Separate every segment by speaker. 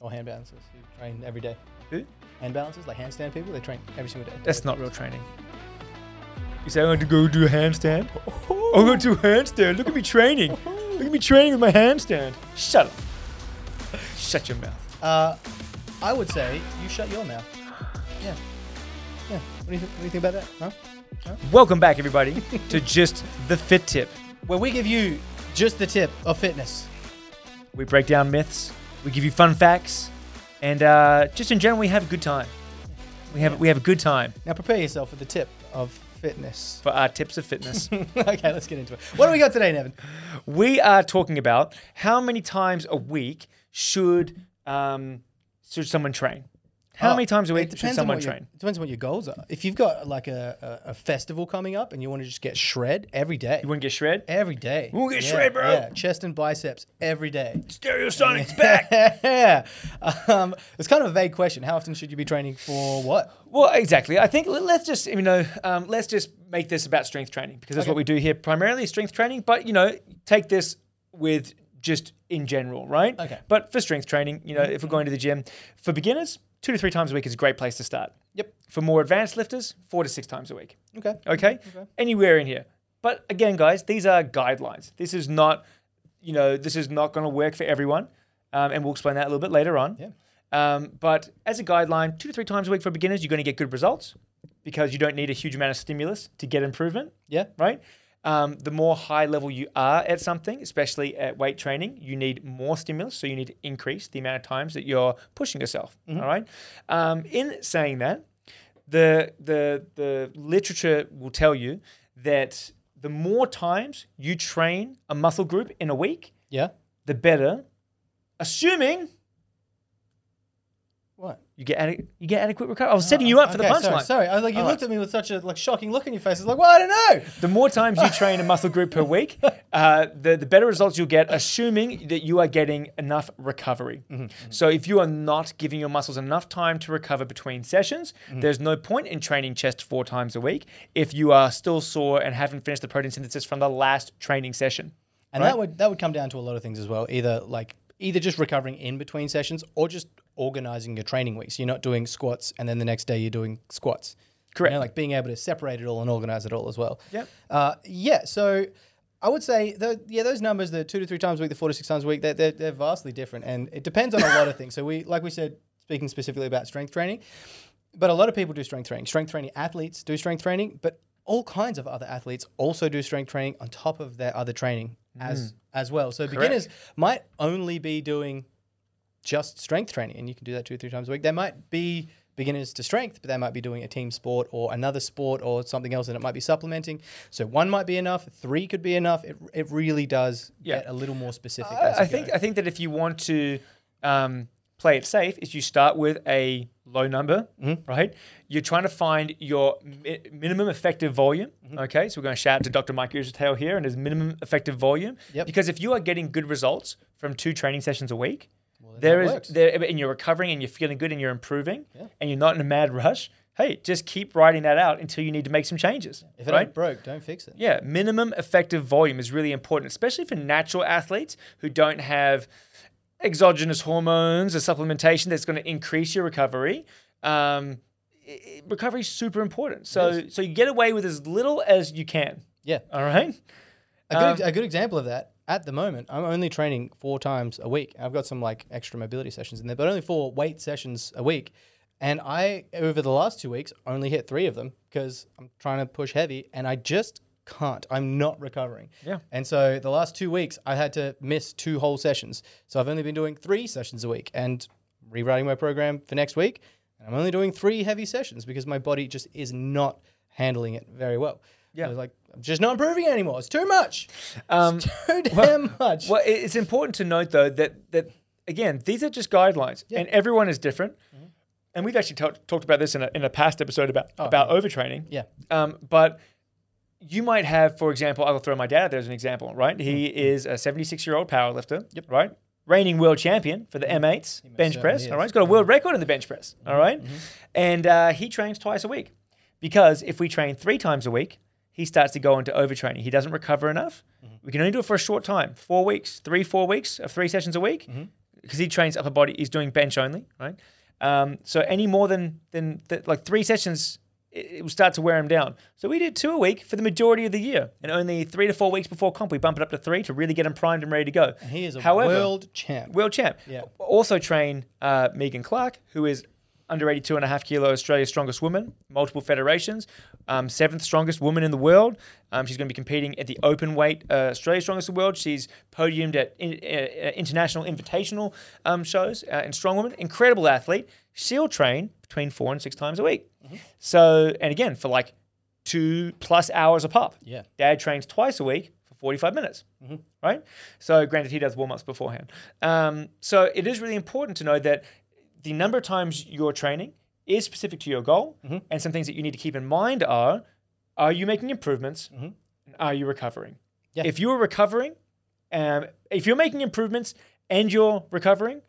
Speaker 1: or hand balances who train every day.
Speaker 2: Who?
Speaker 1: Hand balances, like handstand people, they train every single day.
Speaker 2: That's not real training. You say I'm going to go do a handstand. I'm going to do a handstand. Look at me training. Look at me training with my handstand. Shut up. Shut your mouth.
Speaker 1: Uh, I would say you shut your mouth. Yeah. Yeah. What do you, th- what do you think about that? Huh?
Speaker 2: Welcome back, everybody, to just the fit tip.
Speaker 1: Where we give you just the tip of fitness.
Speaker 2: We break down myths. We give you fun facts, and uh, just in general, we have a good time. We have we have a good time
Speaker 1: Now prepare yourself for the tip of fitness.
Speaker 2: for our tips of fitness.
Speaker 1: okay, let's get into it. What do we got today, Nevin?
Speaker 2: we are talking about how many times a week should um, should someone train? How
Speaker 1: Oh,
Speaker 2: many times a
Speaker 1: it
Speaker 2: week should
Speaker 1: depends on
Speaker 2: someone
Speaker 1: what your-
Speaker 2: train?
Speaker 1: It depends on what your goals are. If you've got like a, a, a festival coming up and you want to just get shred every day,
Speaker 2: You wouldn't get shred.
Speaker 1: every day.
Speaker 2: We'll get shred, bro.
Speaker 1: Yeah, chest and biceps every day.
Speaker 2: Stereo Sonic's back.
Speaker 1: yeah. Um, it's kind of a vague question. How often should you be training for what?
Speaker 2: Well, exactly. I think let- let's just you know um, let's just make this about strength training because that's what we do here primarily strength training. But you know, take this with just in general, right?
Speaker 1: Okay.
Speaker 2: But for strength training, you know, if we're going to the gym for beginners, two to three times a week is a great place to start.
Speaker 1: Yep.
Speaker 2: For more advanced lifters, four to six times a week.
Speaker 1: Okay.
Speaker 2: Okay? Anywhere in here. But again, guys, these are guidelines. This is not, you know, this is not going to work for everyone. Um, and we'll explain that a little bit later on.
Speaker 1: Yeah.
Speaker 2: Um, but as a guideline, two to three times a week for beginners, you're going to get good results because you don't need a huge amount of stimulus to get improvement,
Speaker 1: Yeah.
Speaker 2: right? Um, the more high level you are at something, especially at weight training, you need more stimulus. So you need to increase the amount of times that you're pushing yourself.
Speaker 1: Mm-hmm.
Speaker 2: all right. Um, in saying that, the the the literature will tell you that the more times you train a muscle group in a week,
Speaker 1: Yeah.
Speaker 2: the better. Assuming
Speaker 1: What? Um,
Speaker 2: you get ade- you get adequate recovery. I was setting you up for
Speaker 1: Oh, Okay,
Speaker 2: the
Speaker 1: sorry,
Speaker 2: punchline.
Speaker 1: sorry. I was like, you
Speaker 2: All
Speaker 1: looked at me with such a like shocking look in your face. It's like, well, I don't know.
Speaker 2: The more times you train a muscle group per week, uh, the, the better results you'll get, assuming that you are getting enough recovery. So, if you are not giving your muscles enough time to recover between sessions, there's no point in training chest four times a week if you are still sore and haven't finished the protein synthesis from the last training session.
Speaker 1: And
Speaker 2: Right.
Speaker 1: that would that would come down to a lot of things as well. Either like either just recovering in between sessions or just organizing your training weeks. You're not doing squats and then the next day you're doing squats. You know,
Speaker 2: Correct.
Speaker 1: like being able to separate it all and organize it all as well.
Speaker 2: Yep.
Speaker 1: Uh, yeah. So I would say, tho- yeah, those numbers, the two to three times a week, the four to six times a week, they're, they're, they're vastly different. And it depends on a lot of things. So we, like we said, speaking specifically about strength training, but a lot of people do strength training. Strength training athletes do strength training, but all kinds of other athletes also do strength training on top of their other training as
Speaker 2: Hmm.
Speaker 1: as well. So beginners might only be doing just strength training, and you can do that two or three times a week. They might be beginners to strength, but they might be doing a team sport or another sport or something else, and it might be supplementing. So one might be enough, three could be enough. It, it really does
Speaker 2: Yeah.
Speaker 1: get a little more specific. as
Speaker 2: I, I
Speaker 1: you
Speaker 2: think
Speaker 1: go.
Speaker 2: I think that if you want to um, play it safe, is you start with a low number,
Speaker 1: Mm-hmm.
Speaker 2: right? You're trying to find your mi- minimum effective volume.
Speaker 1: Mm-hmm.
Speaker 2: Okay, so we're going to shout out to Dr. Mike Usertail here and his minimum effective volume,
Speaker 1: Yep.
Speaker 2: because if you are getting good results from two training sessions a week,
Speaker 1: then
Speaker 2: there
Speaker 1: that
Speaker 2: is
Speaker 1: works.
Speaker 2: there and you're recovering and you're feeling good and you're improving and you're not in a mad rush. Hey, just keep writing that out until you need to make some changes.
Speaker 1: if it
Speaker 2: right?
Speaker 1: ain't broke, don't fix it.
Speaker 2: Yeah, minimum effective volume is really important, especially for natural athletes who don't have exogenous hormones or supplementation that's going to increase your recovery. Um, recovery is super important. So, so you get away with as little as you can.
Speaker 1: Yeah.
Speaker 2: All right.
Speaker 1: A good, ex- a good example of that at the moment, I'm only training four times a week. I've got some like extra mobility sessions in there, but only four weight sessions a week. And I, over the last two weeks, only hit three of them because I'm trying to push heavy and I just can't. I'm not recovering.
Speaker 2: Yeah.
Speaker 1: And so the last two weeks, I had to miss two whole sessions. So I've only been doing three sessions a week and rewriting my program for next week. And I'm only doing three heavy sessions because my body just is not handling it very well.
Speaker 2: Yeah.
Speaker 1: So it's like, I'm just not improving anymore. It's too much.
Speaker 2: Um,
Speaker 1: It's too damn much.
Speaker 2: Well, it- it's important to note though that that again, these are just guidelines, and everyone is different. And we've actually talked talked about this in a, in a past episode about about overtraining.
Speaker 1: Yeah.
Speaker 2: Um, but you might have, for example, I'll throw my dad out there as an example, right? He is a 76 year old powerlifter, yep. right? Reigning world champion for the M8s bench
Speaker 1: certainly
Speaker 2: press.
Speaker 1: is.
Speaker 2: All right. He's got a world record in the bench press.
Speaker 1: Mm-hmm.
Speaker 2: All right? And uh, he trains twice a week because if we train three times a week, he starts to go into overtraining. He
Speaker 1: Mm-hmm. Mm-hmm.
Speaker 2: doesn't recover enough. We can only do it for a short time four weeks, three, four weeks of three sessions a week. because he trains upper body, he's doing bench only, right? Um, so any more than than th- like three sessions, it, it will start to wear him down. So we did two a week for the majority of the year, and only three to four weeks before comp, we bump it up to three to really get him primed and ready to go.
Speaker 1: He is a
Speaker 2: However,
Speaker 1: world champ.
Speaker 2: world champ.
Speaker 1: Yeah.
Speaker 2: Also train uh, Megan Clark, who is under 82 and a half kilo Australia's strongest woman, multiple federations, um, seventh strongest woman in the world. Um, she's going to be competing at the open weight uh, Australia's strongest in the world. She's podiumed at in, uh, uh, international invitational um, shows uh, and strong woman, incredible athlete. She'll train between four and six times a week.
Speaker 1: Mm-hmm.
Speaker 2: So, and again, for like two plus hours a pop.
Speaker 1: Yeah.
Speaker 2: Dad trains twice a week for 45 minutes, right? So, granted, he does warm ups beforehand. Um, so, it is really important to know that the number of times you're training is specific to your goal.
Speaker 1: Mm-hmm.
Speaker 2: And some things that you need to keep in mind are are you making improvements and are you recovering?
Speaker 1: Mm-hmm. Yeah.
Speaker 2: If you're recovering, um, if you're making improvements and you're recovering,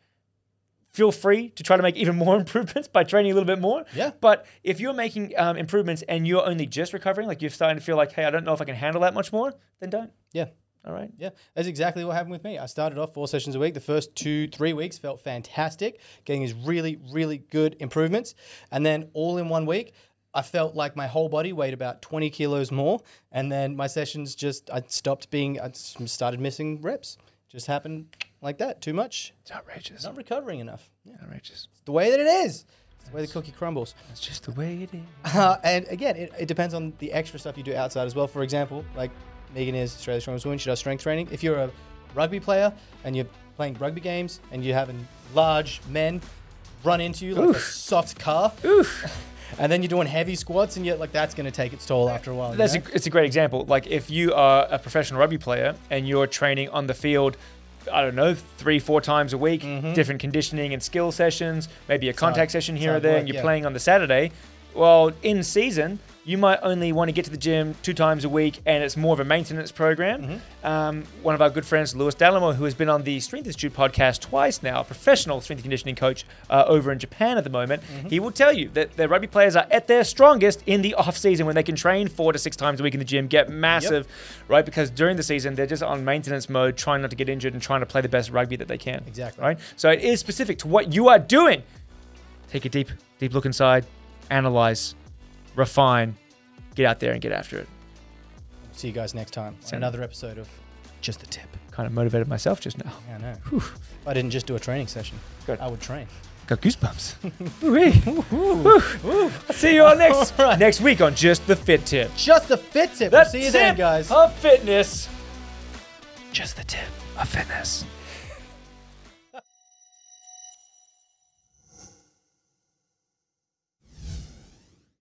Speaker 2: feel free to try to make even more improvements by training a little bit more.
Speaker 1: Yeah.
Speaker 2: But if you're making um, improvements and you're only just recovering, like you're starting to feel like, hey, I don't know if I can handle that much more, then don't.
Speaker 1: Yeah.
Speaker 2: All right.
Speaker 1: Yeah, that's exactly what happened with me. I started off four sessions a week. The first two, three weeks felt fantastic, getting these really, really good improvements. And then all in one week, I felt like my whole body weighed about 20 kilos more. And then my sessions just, I stopped being, I s- started missing reps. Just happened like that, too much.
Speaker 2: It's outrageous.
Speaker 1: Not recovering enough. Yeah,
Speaker 2: Outrageous.
Speaker 1: it's the way that it is, it's the way the cookie crumbles.
Speaker 2: That's just the way it is.
Speaker 1: Uh, and again, it, it depends on the extra stuff you do outside as well. For example, like Megan is Australia's strongest woman. She does strength training. If you're a rugby player and you're playing rugby games and you're having large men run into you like a soft car, and then you're doing heavy squats and you're like, that's going to take its toll after a while. you
Speaker 2: That's
Speaker 1: know?
Speaker 2: a, it's a great example. Like if you are a professional rugby player and you're training on the field, I don't know, three, four times a week, different conditioning and skill sessions, maybe a contact session here or
Speaker 1: hard
Speaker 2: there,
Speaker 1: work,
Speaker 2: and you're
Speaker 1: yeah.
Speaker 2: playing on the Saturday. Well, in season, you might only want to get to the gym two times a week, and it's more of a maintenance program. Um, one of our good friends, Lewis Dalamo, who has been on the Strength Institute podcast twice now, a professional strength and conditioning coach uh, over in Japan at the moment,
Speaker 1: Mm-hmm.
Speaker 2: he will tell you that the rugby players are at their strongest in the off season when they can train four to six times a week in the gym, get massive, right? Because during the season, they're just on maintenance mode, trying not to get injured and trying to play the best rugby that they can.
Speaker 1: Exactly.
Speaker 2: Right? So it is specific to what you are doing. Take a deep, deep look inside, analyze, refine, get out there and get after it.
Speaker 1: See you guys next time on another episode of Just the Tip.
Speaker 2: Kind of motivated myself just now.
Speaker 1: I know. If I didn't just do a training session.
Speaker 2: Good.
Speaker 1: I would train.
Speaker 2: Got goosebumps. Ooh-wee. Ooh. I'll See you all next
Speaker 1: All right.
Speaker 2: next week on Just the Fit Tip.
Speaker 1: Just the Fit Tip. We'll
Speaker 2: That's
Speaker 1: see you then, guys.
Speaker 2: Of fitness. Just the tip of fitness.